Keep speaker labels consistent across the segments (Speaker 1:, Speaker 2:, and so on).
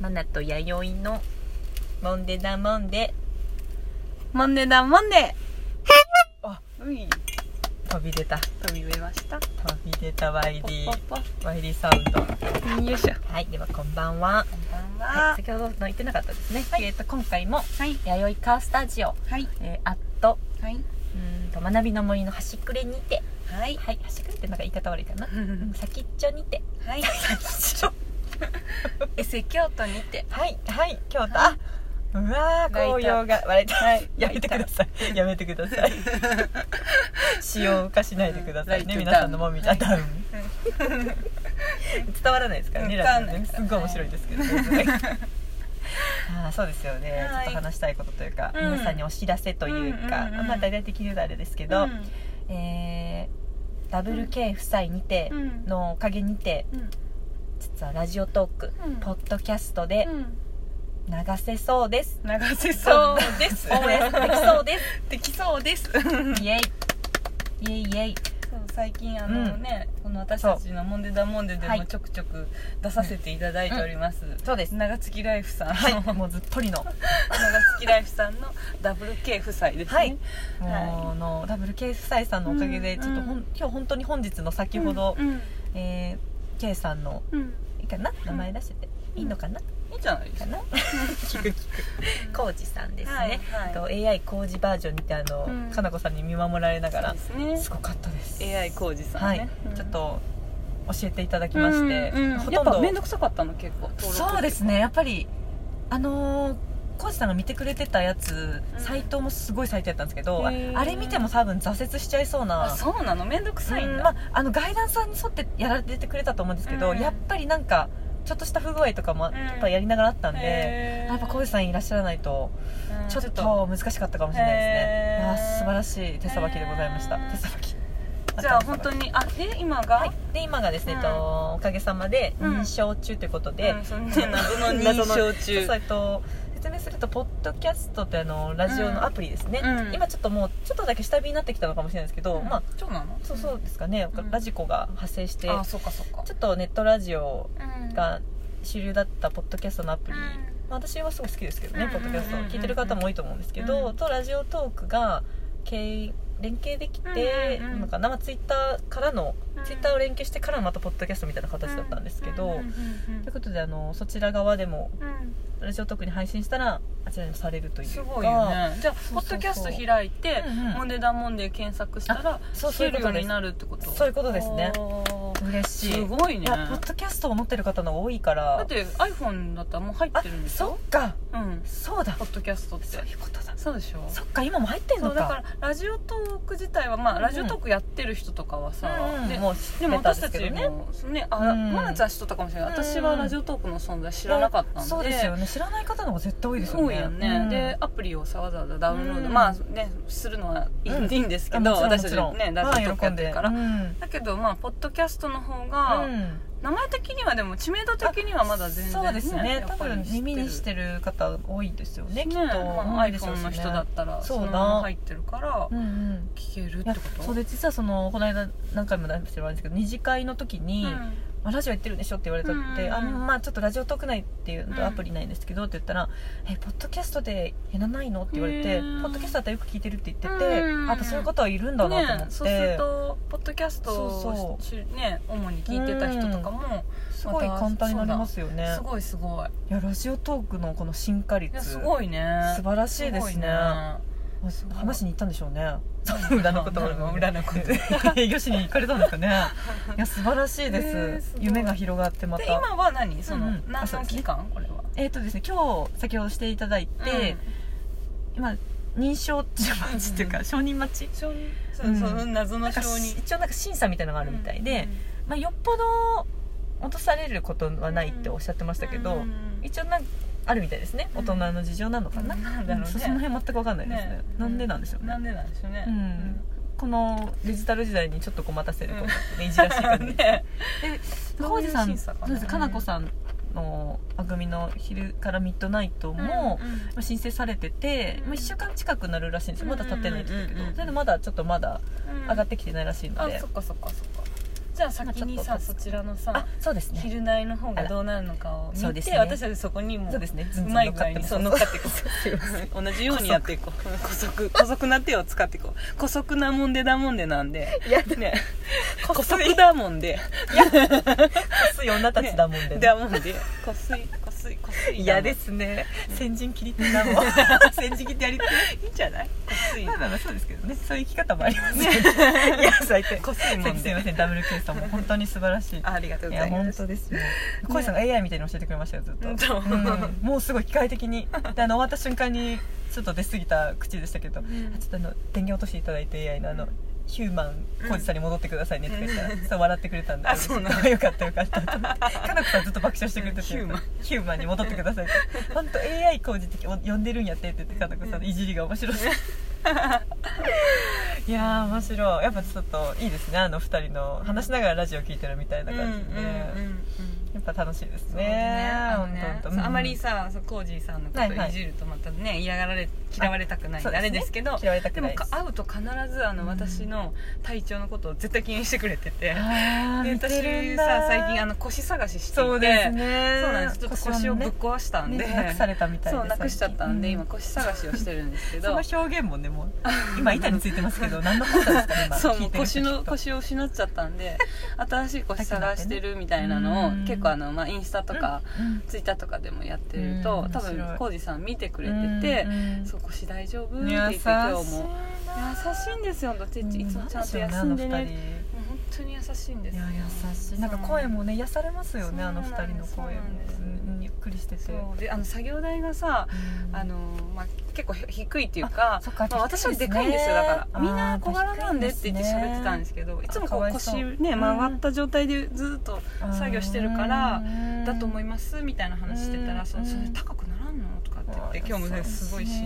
Speaker 1: マナと弥生のモンデダモンデ
Speaker 2: モンデだモンデ
Speaker 1: あ
Speaker 2: うい
Speaker 1: 飛び出た
Speaker 2: 飛び出ました
Speaker 1: 飛び出た
Speaker 2: ポッ
Speaker 1: YD
Speaker 2: ポッポ
Speaker 1: リサウンド
Speaker 2: よいしょ
Speaker 1: はいではこんばんは
Speaker 2: こんばん
Speaker 1: はい、
Speaker 2: は
Speaker 1: 先ほどの言ってなかったですね、
Speaker 2: はい
Speaker 1: えっ、と今回も
Speaker 2: はい
Speaker 1: 弥生カースタジオ
Speaker 2: はい
Speaker 1: えー、あっと
Speaker 2: はいう
Speaker 1: ーんと学びの森の端くれにて
Speaker 2: はい
Speaker 1: はい端くれってなんか言い方悪いかなうん先っちょにて
Speaker 2: はい
Speaker 1: 先っちょ
Speaker 2: エセ京都にて
Speaker 1: はいはい京都、
Speaker 2: は
Speaker 1: あうわー紅葉が笑えた、 やめてくださいやめてくだ さい使を浮かしないでくださいね、
Speaker 2: うんライト
Speaker 1: 皆
Speaker 2: ダウン
Speaker 1: さんのもみじゃダウン伝わらないですからね
Speaker 2: わかん
Speaker 1: ラ
Speaker 2: な
Speaker 1: ジ
Speaker 2: い
Speaker 1: オねすっごい面白いですけど、 あーそうですよね、
Speaker 2: は
Speaker 1: ち
Speaker 2: い
Speaker 1: ょっと話したいことというか、
Speaker 2: うん
Speaker 1: 皆さんにお知らせというか、
Speaker 2: うんうんうん
Speaker 1: まあ大体的に言うとあれですけ
Speaker 2: う
Speaker 1: ど、
Speaker 2: ん
Speaker 1: えー、WK 夫妻にて
Speaker 2: うん
Speaker 1: のおかげにて
Speaker 2: うん
Speaker 1: 実はラジオトーク、
Speaker 2: うん
Speaker 1: ポッドキャストで
Speaker 2: うん
Speaker 1: 流せそうです、
Speaker 2: 流せそうです
Speaker 1: 応援できそうです
Speaker 2: できそうです
Speaker 1: すイエイイエイイエイ
Speaker 2: そう最近あのね、この私たちの「モンデダモンデ」で
Speaker 1: はい
Speaker 2: もちょくちょく出させていただいております、
Speaker 1: そうです
Speaker 2: 長月ライフさん、
Speaker 1: はい もうずっとりの、
Speaker 2: 長月ライフさんの WK 夫妻ですね、
Speaker 1: はい、もうあのダブル K 夫妻さんのおかげで
Speaker 2: うん
Speaker 1: ちょっとほん、
Speaker 2: うん
Speaker 1: 今日本当に本日の先ほど、
Speaker 2: うん
Speaker 1: えー、K さんの
Speaker 2: うん
Speaker 1: いいかな
Speaker 2: うん
Speaker 1: 名前出してて、いいのかない
Speaker 2: いじゃないです
Speaker 1: か
Speaker 2: か
Speaker 1: な聞く聞くコージさんですね、
Speaker 2: はいはい
Speaker 1: と AI 工事バージョンにてあの、
Speaker 2: うん
Speaker 1: かなこさんに見守られながら
Speaker 2: そうです
Speaker 1: す
Speaker 2: ね
Speaker 1: ごかったです、
Speaker 2: AI 工事さん
Speaker 1: は
Speaker 2: ね、
Speaker 1: い、
Speaker 2: うん
Speaker 1: ちょっと教えていただきまして、
Speaker 2: うんうん
Speaker 1: ほ
Speaker 2: や
Speaker 1: とん
Speaker 2: っ
Speaker 1: ど
Speaker 2: ぱ面倒くさかったの結構登録とか
Speaker 1: そうですねやっぱりあのーコージさんが見てくれてたやつ、
Speaker 2: うん
Speaker 1: サイトもすごいサイトやったんですけどあ
Speaker 2: へー
Speaker 1: あれ見ても多分挫折しちゃいそうな
Speaker 2: あそうなの面倒くさいん
Speaker 1: うん
Speaker 2: だ、
Speaker 1: まあ、あのガイダンスに沿ってやられてくれたと思うんですけど、
Speaker 2: うん
Speaker 1: やっぱりなんかちょっとした不具合とかも
Speaker 2: ん
Speaker 1: やっぱやりながらあったんで、
Speaker 2: へー
Speaker 1: やっぱコージさんいらっしゃらないと
Speaker 2: うん
Speaker 1: ちょっと難しかったかもしれないですね
Speaker 2: へ、ー
Speaker 1: あー素晴らしい手さばきでございました、
Speaker 2: へー
Speaker 1: 手さばき
Speaker 2: じゃあ本当にあえ今が、
Speaker 1: はい、で今がですね、
Speaker 2: うん
Speaker 1: えっとおかげさまで
Speaker 2: うん
Speaker 1: 認証中ということで、
Speaker 2: うん、そんな謎の 認証
Speaker 1: そう
Speaker 2: 中
Speaker 1: そうえっと説明するとポッドキャストってあのラジオのアプリですね、
Speaker 2: うん
Speaker 1: 今ちょっともうちょっとだけ下火になってきたのかもしれないですけど、まあ
Speaker 2: そうなの
Speaker 1: そうそうですかね、
Speaker 2: うん
Speaker 1: ラジコが発生してち
Speaker 2: あ
Speaker 1: ょ
Speaker 2: そうかそうか
Speaker 1: っとネットラジオ
Speaker 2: うん
Speaker 1: が主流だったポッドキャストのアプリ、
Speaker 2: う
Speaker 1: まあ私はすごい好きですけどね、
Speaker 2: うん
Speaker 1: ポッドキャスト
Speaker 2: うん
Speaker 1: 聞いてる方も多いと思うんですけど、
Speaker 2: うん
Speaker 1: とラジオトークが経連携できて、
Speaker 2: うんうんうん
Speaker 1: なんか生ツイッターからの、
Speaker 2: ん
Speaker 1: ツイッターを連携してからまたポッドキャストみたいな形だったんですけど、ということであのそちら側でもラジオトークに配信したらあちらにもされるというか
Speaker 2: すごいよねじゃあ
Speaker 1: そうそう
Speaker 2: ポッドキャスト開いて
Speaker 1: うんうん
Speaker 2: 「モンデダモンデ」検索したら
Speaker 1: そう
Speaker 2: 聞
Speaker 1: そうい
Speaker 2: け
Speaker 1: うこと
Speaker 2: るよう
Speaker 1: です
Speaker 2: になるってこと
Speaker 1: そういうことですね
Speaker 2: おー
Speaker 1: 嬉しい
Speaker 2: すごいね
Speaker 1: いやポッ
Speaker 2: だ
Speaker 1: ドキャストを持ってる方の方が多いから
Speaker 2: って iPhone だったらもう入ってるんでし
Speaker 1: そ
Speaker 2: ょ
Speaker 1: っか
Speaker 2: うん
Speaker 1: そうだ
Speaker 2: ポッドキャストって
Speaker 1: そういうことだ
Speaker 2: そうでしょ
Speaker 1: そっか今も入ってん
Speaker 2: そ
Speaker 1: の
Speaker 2: う
Speaker 1: か
Speaker 2: だからラジオトーク自体はま
Speaker 1: うんう
Speaker 2: あ
Speaker 1: ん
Speaker 2: ラジオトークやってる人とかはさ
Speaker 1: うんうん
Speaker 2: で
Speaker 1: もう
Speaker 2: で
Speaker 1: 知
Speaker 2: も
Speaker 1: れたん
Speaker 2: 私
Speaker 1: で
Speaker 2: た
Speaker 1: すけ
Speaker 2: ち
Speaker 1: どね
Speaker 2: もねあ
Speaker 1: うん
Speaker 2: マナちゃん知っとったかもしれない私はラジオトークの存在知らなかったんで
Speaker 1: そうですよね知らない方の方が絶対多いですよね
Speaker 2: 多いよね、
Speaker 1: うん
Speaker 2: でアプリをさわざわざダウンロード、
Speaker 1: うん
Speaker 2: まあねするのはいい,、
Speaker 1: うん
Speaker 2: ん、ですけ
Speaker 1: あ
Speaker 2: ど
Speaker 1: もちろん
Speaker 2: 私たち
Speaker 1: もちろ
Speaker 2: ね
Speaker 1: ん
Speaker 2: ラジオトークやってるから、
Speaker 1: はい喜んで
Speaker 2: だけどまあポッドキャストの方
Speaker 1: うん
Speaker 2: が、
Speaker 1: うん
Speaker 2: 名前的にはでも知名度的にはまだ全然、
Speaker 1: そうですね多分耳にしててる方多いですよねきっと、
Speaker 2: まあ、
Speaker 1: うんでしょう
Speaker 2: iPhone
Speaker 1: し
Speaker 2: の人だったら
Speaker 1: そ
Speaker 2: そ
Speaker 1: だ
Speaker 2: うのまま入ってるから
Speaker 1: うんうん
Speaker 2: 聞けるっ
Speaker 1: いや
Speaker 2: てこと
Speaker 1: そうで実はそのこの間何回も出してもらうんですけど二次会の時に、
Speaker 2: うん
Speaker 1: あラジオやってるんでしょって言われたって、
Speaker 2: うん
Speaker 1: あまあちょっとラジオトーク内っていうの
Speaker 2: うん
Speaker 1: とアプリないんですけどって言ったら、えポッドキャストでやらないのって言われて、
Speaker 2: へー
Speaker 1: ポッドキャストだったらよく聞いてるって言ってて、
Speaker 2: うん
Speaker 1: やっぱそういう方はいるんだなと思って、
Speaker 2: ね、そうするとポッドキャスト
Speaker 1: そう
Speaker 2: を
Speaker 1: そう
Speaker 2: しね主に聞いてた人とかも、
Speaker 1: すごい簡単になりますよね
Speaker 2: すごいすごい
Speaker 1: いやラジオトークのこの進化
Speaker 2: いや
Speaker 1: 率
Speaker 2: すごいね
Speaker 1: 素晴らしいですね
Speaker 2: ご
Speaker 1: あ
Speaker 2: すごい
Speaker 1: 話しに行ったんでしょうねその裏のこと
Speaker 2: うん裏のこと
Speaker 1: 営業しに行かれたんですか ねいや素晴らしいです,、
Speaker 2: ねすごい
Speaker 1: 夢が広がってま
Speaker 2: で
Speaker 1: た
Speaker 2: 今は何その、
Speaker 1: うんうんあ
Speaker 2: 何
Speaker 1: そう
Speaker 2: の
Speaker 1: ですね
Speaker 2: 期間、これは
Speaker 1: えっ、とですね今日先ほどしていただいて、今認証待ちっていう
Speaker 2: う
Speaker 1: か
Speaker 2: ん
Speaker 1: 承認待ち
Speaker 2: 承認そ
Speaker 1: うん
Speaker 2: の謎
Speaker 1: な
Speaker 2: の
Speaker 1: んか
Speaker 2: 承
Speaker 1: し
Speaker 2: 認
Speaker 1: 一応なんか審査みたいなのがあるみたいで、まあ、よっぽど落とされることはないっておっしゃってましたけど、
Speaker 2: うんうん
Speaker 1: 一応なんかあるみたいですね
Speaker 2: うん
Speaker 1: 大人の事情なのかな、
Speaker 2: なんだろうね
Speaker 1: そその辺全く分かんないですね
Speaker 2: ね
Speaker 1: なんでなんでしょうね
Speaker 2: なんでなんでしょうね
Speaker 1: うんこのデジタル時代にちょっとこう待たせるこう、ね、いじらしい感じ
Speaker 2: うん
Speaker 1: で
Speaker 2: ね
Speaker 1: 浩二さ
Speaker 2: どうい
Speaker 1: ん
Speaker 2: う審査
Speaker 1: そ
Speaker 2: かな
Speaker 1: うですかなこさんの番組の「昼からミッドナイト」も、
Speaker 2: うんうん
Speaker 1: まあ申請されてて、
Speaker 2: うん
Speaker 1: まあ、1週間近くなるらしいんですよまだ経ってないんですけ
Speaker 2: うんうんう
Speaker 1: ど
Speaker 2: んうん
Speaker 1: それでまだちょっとまだ
Speaker 2: うん
Speaker 1: 上がってきてないらしいの
Speaker 2: あ
Speaker 1: で
Speaker 2: そっかそっかそっかじゃあ先にさ、
Speaker 1: まあちょっと
Speaker 2: そちらの
Speaker 1: あ
Speaker 2: さ
Speaker 1: そうですね
Speaker 2: 昼内の方がどうなるのかを
Speaker 1: あらそう
Speaker 2: 見
Speaker 1: です
Speaker 2: て、
Speaker 1: ね
Speaker 2: 私たちそこにも
Speaker 1: そうですね
Speaker 2: うまい具合にそう乗っかっていこ
Speaker 1: すいません
Speaker 2: う同じようにやっていこう 古速古速な手を使っていこう古速なもんでだもんでなんで
Speaker 1: いや
Speaker 2: ね
Speaker 1: こ
Speaker 2: 古
Speaker 1: す
Speaker 2: 速だもんで
Speaker 1: すい女たちだもんで、
Speaker 2: だもんで古水古水古水
Speaker 1: いやですす ね先陣切りってだ もん先陣切ってやりて
Speaker 2: いいんじゃない古水
Speaker 1: まあまあまあそうですけどねそういう生き方もありますけど いや最低
Speaker 2: こすいもんです
Speaker 1: いませんダブル K さんも本当に素晴らしい
Speaker 2: あありがとう
Speaker 1: い
Speaker 2: ご
Speaker 1: や
Speaker 2: ざい
Speaker 1: 本
Speaker 2: ます
Speaker 1: 当ですよ恋さんが AI みたいに教えてくれましたよずっと、
Speaker 2: 本当
Speaker 1: うんもうすごい機械的にであの終わった瞬間にちょっと出過ぎた口でしたけど、
Speaker 2: ん
Speaker 1: あちょっとあの電源落としていただいて AI のあの、
Speaker 2: うん
Speaker 1: ヒューマン
Speaker 2: うん
Speaker 1: 浩二さんに戻ってくださいねとか言ったら、そう笑ってくれたんで
Speaker 2: あそうな
Speaker 1: よかったよかったと 思ってかなこさんずっと爆笑してくれてて
Speaker 2: ヒューマン
Speaker 1: ヒューマンに戻ってくださいって本当 AI 浩二って呼んでるんやってって言ってかなこさんのいじりが面白い いやー面白いやっぱちょっといいですねあの二人の話しながらラジオ聞いてるみたいな感じで、
Speaker 2: うんうんうんうん
Speaker 1: やっぱ楽しいです
Speaker 2: そう
Speaker 1: ね
Speaker 2: ねあの
Speaker 1: 本
Speaker 2: ね
Speaker 1: 当
Speaker 2: そ
Speaker 1: 本
Speaker 2: う
Speaker 1: 当
Speaker 2: あまり
Speaker 1: うん
Speaker 2: さそうコージーさんのこと
Speaker 1: はいはい
Speaker 2: いじるとまたね嫌がられ嫌われたくないん
Speaker 1: そう
Speaker 2: で
Speaker 1: で
Speaker 2: あ
Speaker 1: すね
Speaker 2: れですけど
Speaker 1: 嫌われたく
Speaker 2: で
Speaker 1: な
Speaker 2: も
Speaker 1: いです
Speaker 2: 会うと必ずあ
Speaker 1: う
Speaker 2: の
Speaker 1: ん
Speaker 2: 私の体調のことを絶対気にしてくれてて
Speaker 1: あ
Speaker 2: で
Speaker 1: ー見てる
Speaker 2: 私
Speaker 1: ん
Speaker 2: さ
Speaker 1: だ
Speaker 2: 最近あの腰探ししていて
Speaker 1: そうですね
Speaker 2: そうなんですちょっと腰をぶっ壊したんで
Speaker 1: ねなくされたみたいで
Speaker 2: そうなくしちゃったんで
Speaker 1: 最近
Speaker 2: 今腰探しをしてるんです け
Speaker 1: そ
Speaker 2: ど
Speaker 1: の表現もねも う今板についてますけど何のことですかね今
Speaker 2: そう
Speaker 1: 聞い
Speaker 2: も
Speaker 1: うてる
Speaker 2: 腰の
Speaker 1: 人きっと
Speaker 2: 腰を失っちゃったんで新しい腰探してるみたいなのを
Speaker 1: うん
Speaker 2: 結構あの、まあ、インスタとか、
Speaker 1: うん
Speaker 2: ツイッターとかでもやってると、
Speaker 1: うん
Speaker 2: 多
Speaker 1: 面白い
Speaker 2: 分浩二さん見てくれてて
Speaker 1: う
Speaker 2: 「
Speaker 1: ん
Speaker 2: そう腰大丈夫?」
Speaker 1: 優
Speaker 2: っ
Speaker 1: し
Speaker 2: て
Speaker 1: い
Speaker 2: 言って今日も
Speaker 1: な
Speaker 2: 優しいんですよだっていつもちゃんと休
Speaker 1: うんん
Speaker 2: で
Speaker 1: なんでしょう
Speaker 2: ね
Speaker 1: ね
Speaker 2: もう本当に優しいん
Speaker 1: あの二人
Speaker 2: です
Speaker 1: い
Speaker 2: よ
Speaker 1: や優しいなんか声もね癒されますよね
Speaker 2: そう
Speaker 1: あの
Speaker 2: なん
Speaker 1: 二
Speaker 2: です
Speaker 1: 人の声も
Speaker 2: そうなんです
Speaker 1: うんゆっくりしてて
Speaker 2: そうであの作業台がさ
Speaker 1: うん
Speaker 2: あの、まあ、結構ひ低いっていうか
Speaker 1: そっか
Speaker 2: まあ、私は
Speaker 1: 低
Speaker 2: で
Speaker 1: いですね
Speaker 2: かいんですよだから
Speaker 1: あー
Speaker 2: みんな小柄なんでって言って
Speaker 1: 低いですね
Speaker 2: 喋ってたんですけどいつもこ
Speaker 1: かわ
Speaker 2: う
Speaker 1: いそう
Speaker 2: 腰ね
Speaker 1: うん
Speaker 2: 曲がった状態でずっと作業してるからだと思い
Speaker 1: ま
Speaker 2: ますみたいな話してた
Speaker 1: う
Speaker 2: ら
Speaker 1: ん
Speaker 2: 「そのそれ高くならんの?」とかって言って今日もねすごいし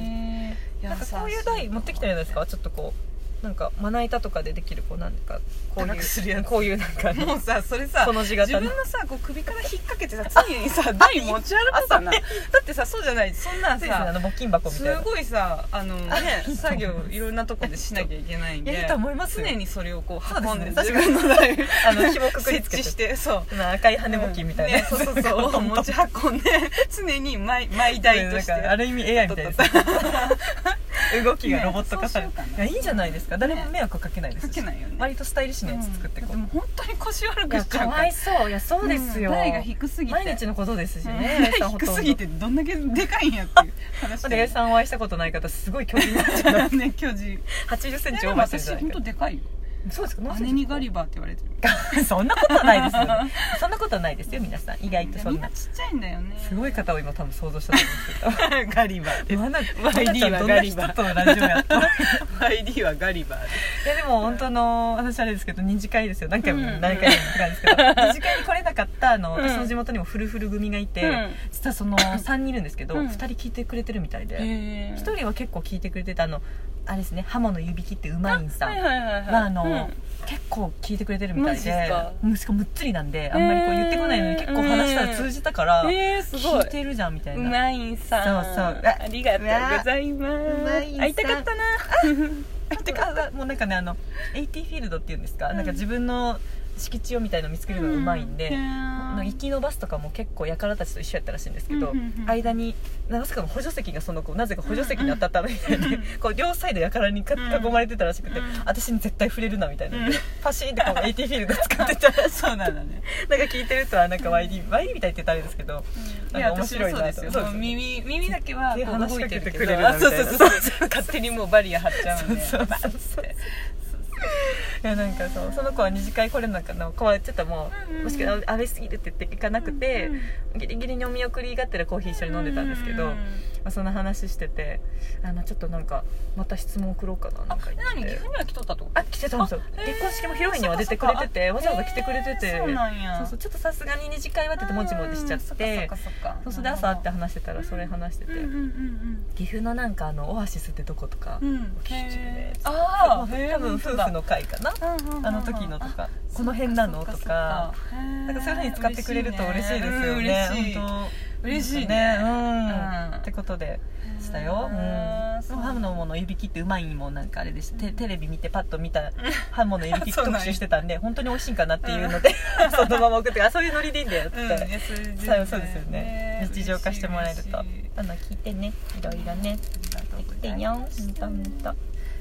Speaker 1: なんかこういう台持ってきたじゃないですかちょっとこうなんかまな板とかでできるこうなんかこう
Speaker 2: なんかする
Speaker 1: い
Speaker 2: や
Speaker 1: う
Speaker 2: つ
Speaker 1: こういうなんかね
Speaker 2: もうさそれさ
Speaker 1: この字
Speaker 2: 自
Speaker 1: 型
Speaker 2: 分
Speaker 1: の
Speaker 2: のさこう首から引っ掛けてさ常にさ台持ち歩く さなだってさそうじゃないそんなん
Speaker 1: そうですねあ
Speaker 2: さ
Speaker 1: の募金箱み
Speaker 2: す
Speaker 1: たいな
Speaker 2: ごいさあのね
Speaker 1: あいいと思います
Speaker 2: 作業いろんなとこでしなきゃいけないん
Speaker 1: いや
Speaker 2: で
Speaker 1: いいと思いますよ
Speaker 2: 常にそれをこ
Speaker 1: そう
Speaker 2: う
Speaker 1: で
Speaker 2: 運
Speaker 1: す
Speaker 2: ん
Speaker 1: ね
Speaker 2: で自分の台を
Speaker 1: あ の紐くくりつ
Speaker 2: 設
Speaker 1: け
Speaker 2: 置
Speaker 1: て
Speaker 2: してそう
Speaker 1: まあ赤い羽根募金みたいな
Speaker 2: ねそうそ うそう持ち運んで常に毎毎台と
Speaker 1: なん
Speaker 2: し
Speaker 1: か
Speaker 2: て
Speaker 1: ある意味 AI みたいですね 動きがロボット化され
Speaker 2: ねそうしよう
Speaker 1: い
Speaker 2: か
Speaker 1: や
Speaker 2: ない
Speaker 1: いじゃないですか誰も迷惑かけないです
Speaker 2: か
Speaker 1: し
Speaker 2: けないよね
Speaker 1: 割とスタイリッシュなやつ作ってこ
Speaker 2: でも
Speaker 1: う
Speaker 2: 本当に腰悪
Speaker 1: い
Speaker 2: く
Speaker 1: や
Speaker 2: しちゃ
Speaker 1: か
Speaker 2: う
Speaker 1: わいそういやそうですよ
Speaker 2: ん台が低すぎて
Speaker 1: 毎日のことですし
Speaker 2: うん
Speaker 1: ね
Speaker 2: 台低すぎてどんだけでかいんやっていう話
Speaker 1: お願いさんお会いしたことない方すごい巨人なんじ ゃない
Speaker 2: んね巨人
Speaker 1: 80センチ
Speaker 2: で
Speaker 1: オー
Speaker 2: も
Speaker 1: バーしてるん
Speaker 2: 私
Speaker 1: じゃない
Speaker 2: 本当でかいよ
Speaker 1: そうですか
Speaker 2: 姉にガリバーって言われてる
Speaker 1: バ そんなことないですよねそんなことないですよ皆さん意外とそ
Speaker 2: み
Speaker 1: ん
Speaker 2: ん
Speaker 1: な
Speaker 2: なちっちゃいんだよね
Speaker 1: すごい方を今多分想像したと思うんですけ
Speaker 2: ガリバー
Speaker 1: どマナマ
Speaker 2: YD
Speaker 1: ナちゃんどん
Speaker 2: はガ
Speaker 1: な
Speaker 2: リ
Speaker 1: 人
Speaker 2: バー
Speaker 1: とラジオやったい
Speaker 2: ID はガリバー
Speaker 1: やでも本当の私あれですけど二次会ですよ何回も
Speaker 2: うん
Speaker 1: 何回も言ってたん ですけど二次会に来れなかったあの
Speaker 2: うん
Speaker 1: 私の地元にもフルフル組がいて、
Speaker 2: うん
Speaker 1: 実はその3人いるんですけど、
Speaker 2: うん
Speaker 1: 2人聞いてくれてるみたいで、
Speaker 2: で
Speaker 1: 1人は結構聞いてくれてたあのあれですねハモの湯引きってうまいんさん
Speaker 2: はいはいはいはい
Speaker 1: まああの、
Speaker 2: うん
Speaker 1: 結構聞いてくれてるみたい
Speaker 2: マジっ
Speaker 1: です
Speaker 2: か
Speaker 1: うんしかもむっつりなんであんまりこう言ってこないのに
Speaker 2: えー
Speaker 1: 結構話したら通じたから、
Speaker 2: えーすご
Speaker 1: 聞
Speaker 2: い
Speaker 1: いてるじゃんみたいうな、
Speaker 2: まいんさん
Speaker 1: そうそう
Speaker 2: ありがとうございます
Speaker 1: うまいんさん
Speaker 2: 会いたかったな
Speaker 1: あてかもうなんかねあの80フィールドっていうんですか、
Speaker 2: うん
Speaker 1: なんか自分の敷地をみたいの見つけるのがうまいんで、なんか行き延ばすとかも結構やからたちと一緒やったらしいんですけど、
Speaker 2: うんうんうん
Speaker 1: 間になぜかも補助席がその子なぜか補助席に当たったみたいで、
Speaker 2: うんうん
Speaker 1: こう両サイドやからにか
Speaker 2: うん
Speaker 1: 囲まれてたらしくて、
Speaker 2: うん
Speaker 1: 私に絶対触れるなみたいな、
Speaker 2: うん
Speaker 1: パシーンってこう80フィールド使ってた らしい
Speaker 2: そうなんだね
Speaker 1: なんか聞いてるとはなんか YD、YD みたいって言ったらあれですけど、
Speaker 2: い
Speaker 1: なん
Speaker 2: や
Speaker 1: か面
Speaker 2: 私も
Speaker 1: 白い
Speaker 2: そ
Speaker 1: な
Speaker 2: う
Speaker 1: と
Speaker 2: ですよ
Speaker 1: そうそう
Speaker 2: もう耳耳だけはこう動いてる
Speaker 1: 話しかけてく
Speaker 2: けど
Speaker 1: れるなみたいな
Speaker 2: あそうそうそうそう勝手にもうバリア張っちゃうんで
Speaker 1: そうそうそういやなんかそうその子は二次会来れなかったの子はちょっともう、
Speaker 2: うんうん
Speaker 1: もしかしたら安倍すぎるって言って行かなくて、ギリギリにお見送りがってらコーヒー一緒に飲んでたんですけど、
Speaker 2: う
Speaker 1: まあ、そんな話しててあのちょっとなんかまた質問送ろうかなな
Speaker 2: あ
Speaker 1: んか言
Speaker 2: 何
Speaker 1: っ
Speaker 2: 岐
Speaker 1: て
Speaker 2: 阜には来とったってこと
Speaker 1: あ来てたんですよ
Speaker 2: あへー
Speaker 1: 結婚式も披露宴には出てくれてて
Speaker 2: そ
Speaker 1: わ
Speaker 2: っ
Speaker 1: ざ
Speaker 2: かそっか
Speaker 1: わざ来てくれてて、
Speaker 2: へーそうなんや
Speaker 1: そうそうちょっとさすがに二次会はって言ってもじもじしちゃって
Speaker 2: うんそっかそっかそっか
Speaker 1: そうそうで朝会って話してたらそれ話してて、
Speaker 2: うんうんうん
Speaker 1: 岐阜のなんかあのオアシスってどことか、
Speaker 2: うんうん
Speaker 1: 聞いてね
Speaker 2: あーへー
Speaker 1: 多分夫婦の会かな
Speaker 2: うんうんうんうん
Speaker 1: あの時のとかこの辺なのとか
Speaker 2: そっそっそっ
Speaker 1: なんかそういうふうに使ってくれると嬉しいですよね
Speaker 2: 嬉しい
Speaker 1: 本
Speaker 2: 嬉しい
Speaker 1: ね
Speaker 2: ね
Speaker 1: うん
Speaker 2: うん
Speaker 1: ってことでしたよ、うん、
Speaker 2: あーそう
Speaker 1: ハムのもの湯引きってうまいもんなんかあれでしたテテレビ見てパッと見たハムの湯引き
Speaker 2: そうなんや
Speaker 1: 特集してたんで本当に美味しいんかなっていうので、 そのまま送ってあそういうノリでいいんだよって、
Speaker 2: うん
Speaker 1: そう
Speaker 2: いやそれ全然
Speaker 1: そうですよね
Speaker 2: ね
Speaker 1: 日常化してもらえると
Speaker 2: 嬉しい嬉しい
Speaker 1: あの聞いてねいろいろね
Speaker 2: ありがとう
Speaker 1: で
Speaker 2: ご
Speaker 1: き
Speaker 2: ざ
Speaker 1: て
Speaker 2: い
Speaker 1: んよ
Speaker 2: ま
Speaker 1: ほ
Speaker 2: す
Speaker 1: んとほんと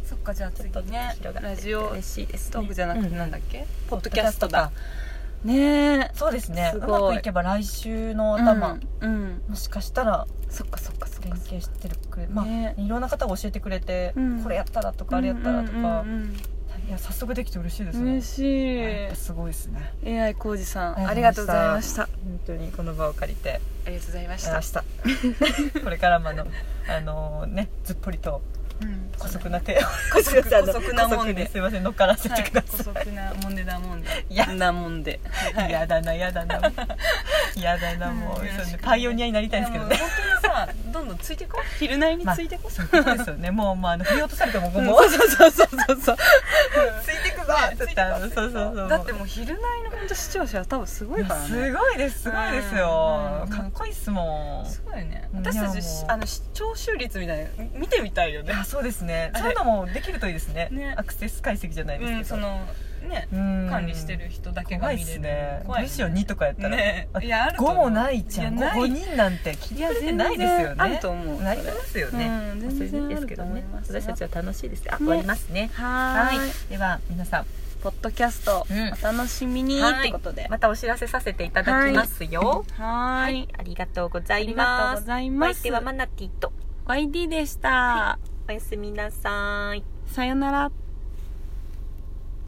Speaker 2: そっかじゃあ
Speaker 1: ちょっ
Speaker 2: 次
Speaker 1: と
Speaker 2: ね
Speaker 1: 広が
Speaker 2: ラ
Speaker 1: って
Speaker 2: ジ
Speaker 1: て
Speaker 2: オ
Speaker 1: 嬉しいですね
Speaker 2: トークじゃなくてなんだっけ、ポッドキャスト
Speaker 1: ポッド
Speaker 2: だねえ
Speaker 1: そうですね
Speaker 2: す
Speaker 1: う
Speaker 2: ご
Speaker 1: ま
Speaker 2: い
Speaker 1: くいけば来週の頭、
Speaker 2: うん、うん
Speaker 1: もしかしたら
Speaker 2: そっかそっかそっ
Speaker 1: 連
Speaker 2: かそっか
Speaker 1: 携してるくれまあ、
Speaker 2: ね
Speaker 1: いろんな方が教えてくれて、
Speaker 2: うん
Speaker 1: これやったらとかあれやったらとか、
Speaker 2: うんうん
Speaker 1: いや早速できて嬉しいです
Speaker 2: うん
Speaker 1: ね
Speaker 2: 嬉しい、
Speaker 1: やっぱすごいですね
Speaker 2: AI 工事さんあ
Speaker 1: あ
Speaker 2: り
Speaker 1: り
Speaker 2: が
Speaker 1: がと
Speaker 2: とう
Speaker 1: う
Speaker 2: ご
Speaker 1: ご
Speaker 2: ざ
Speaker 1: ざ
Speaker 2: い
Speaker 1: い
Speaker 2: ま
Speaker 1: ま
Speaker 2: し
Speaker 1: した
Speaker 2: あ
Speaker 1: 本当にこの場を借りて
Speaker 2: りがとうございまし
Speaker 1: 明
Speaker 2: た、
Speaker 1: 日 これからもあのあのねずっぽりと
Speaker 2: うん
Speaker 1: 姑息な手を
Speaker 2: 姑息
Speaker 1: あの
Speaker 2: 姑息なもん
Speaker 1: 姑
Speaker 2: で
Speaker 1: 息にすいません乗っからせ
Speaker 2: は
Speaker 1: て
Speaker 2: い
Speaker 1: くださ
Speaker 2: 姑息なもんでだもんで
Speaker 1: いや
Speaker 2: なもんで
Speaker 1: い、 やだなやだなやだなもう、
Speaker 2: うんよろ
Speaker 1: そ
Speaker 2: し
Speaker 1: ん
Speaker 2: く
Speaker 1: なパイオニアになりたいんですけどね
Speaker 2: やもう本当にさどんどんついてこう昼内についてこう、
Speaker 1: そういうことですよねもうもうあの振り落とされても
Speaker 2: うん
Speaker 1: もう
Speaker 2: そうそうそうそう
Speaker 1: ついてくぞ
Speaker 2: ついて
Speaker 1: そ
Speaker 2: こ
Speaker 1: うそうそうそう
Speaker 2: だってもう昼内の本当視聴者は多分すごいから
Speaker 1: す
Speaker 2: ね
Speaker 1: ごいですすごいですよ、
Speaker 2: うん
Speaker 1: かっこいいっすもん
Speaker 2: すごいよね
Speaker 1: うん
Speaker 2: 私たち
Speaker 1: いやもう
Speaker 2: あの視聴集率みたいなの見てみたいよ
Speaker 1: い
Speaker 2: ね
Speaker 1: やそうですね
Speaker 2: あれ
Speaker 1: そういうのもできるといいですね
Speaker 2: ね
Speaker 1: アクセス解析じゃないです
Speaker 2: う
Speaker 1: けど、
Speaker 2: んそのね
Speaker 1: うん
Speaker 2: 管理してる人だけが
Speaker 1: 怖
Speaker 2: 見
Speaker 1: い
Speaker 2: れ
Speaker 1: です
Speaker 2: る
Speaker 1: ね
Speaker 2: 怖い
Speaker 1: どうしよう2とかやったら、
Speaker 2: ね
Speaker 1: あ
Speaker 2: いやあると思
Speaker 1: 5
Speaker 2: う
Speaker 1: もないじゃん
Speaker 2: いやない
Speaker 1: 5人なんて聞いてくれてないですよね
Speaker 2: あると思う
Speaker 1: なりますよね、
Speaker 2: うん全然
Speaker 1: それでいいですけどね
Speaker 2: あると思います
Speaker 1: 私たちは楽しいですあ、
Speaker 2: ね
Speaker 1: 終わりますね
Speaker 2: は
Speaker 1: はい
Speaker 2: ーい
Speaker 1: では皆さん
Speaker 2: ポッドキャスト
Speaker 1: うん
Speaker 2: お楽しみに
Speaker 1: はい
Speaker 2: ってことで
Speaker 1: またお知らせさせていただきますよ
Speaker 2: はーい
Speaker 1: ありがとうござ
Speaker 2: あ
Speaker 1: い
Speaker 2: りがと
Speaker 1: ま
Speaker 2: う
Speaker 1: す
Speaker 2: ござい
Speaker 1: お
Speaker 2: ま
Speaker 1: 相
Speaker 2: す
Speaker 1: 手はマナティと
Speaker 2: YD でした、
Speaker 1: おやすみなさい
Speaker 2: さよなら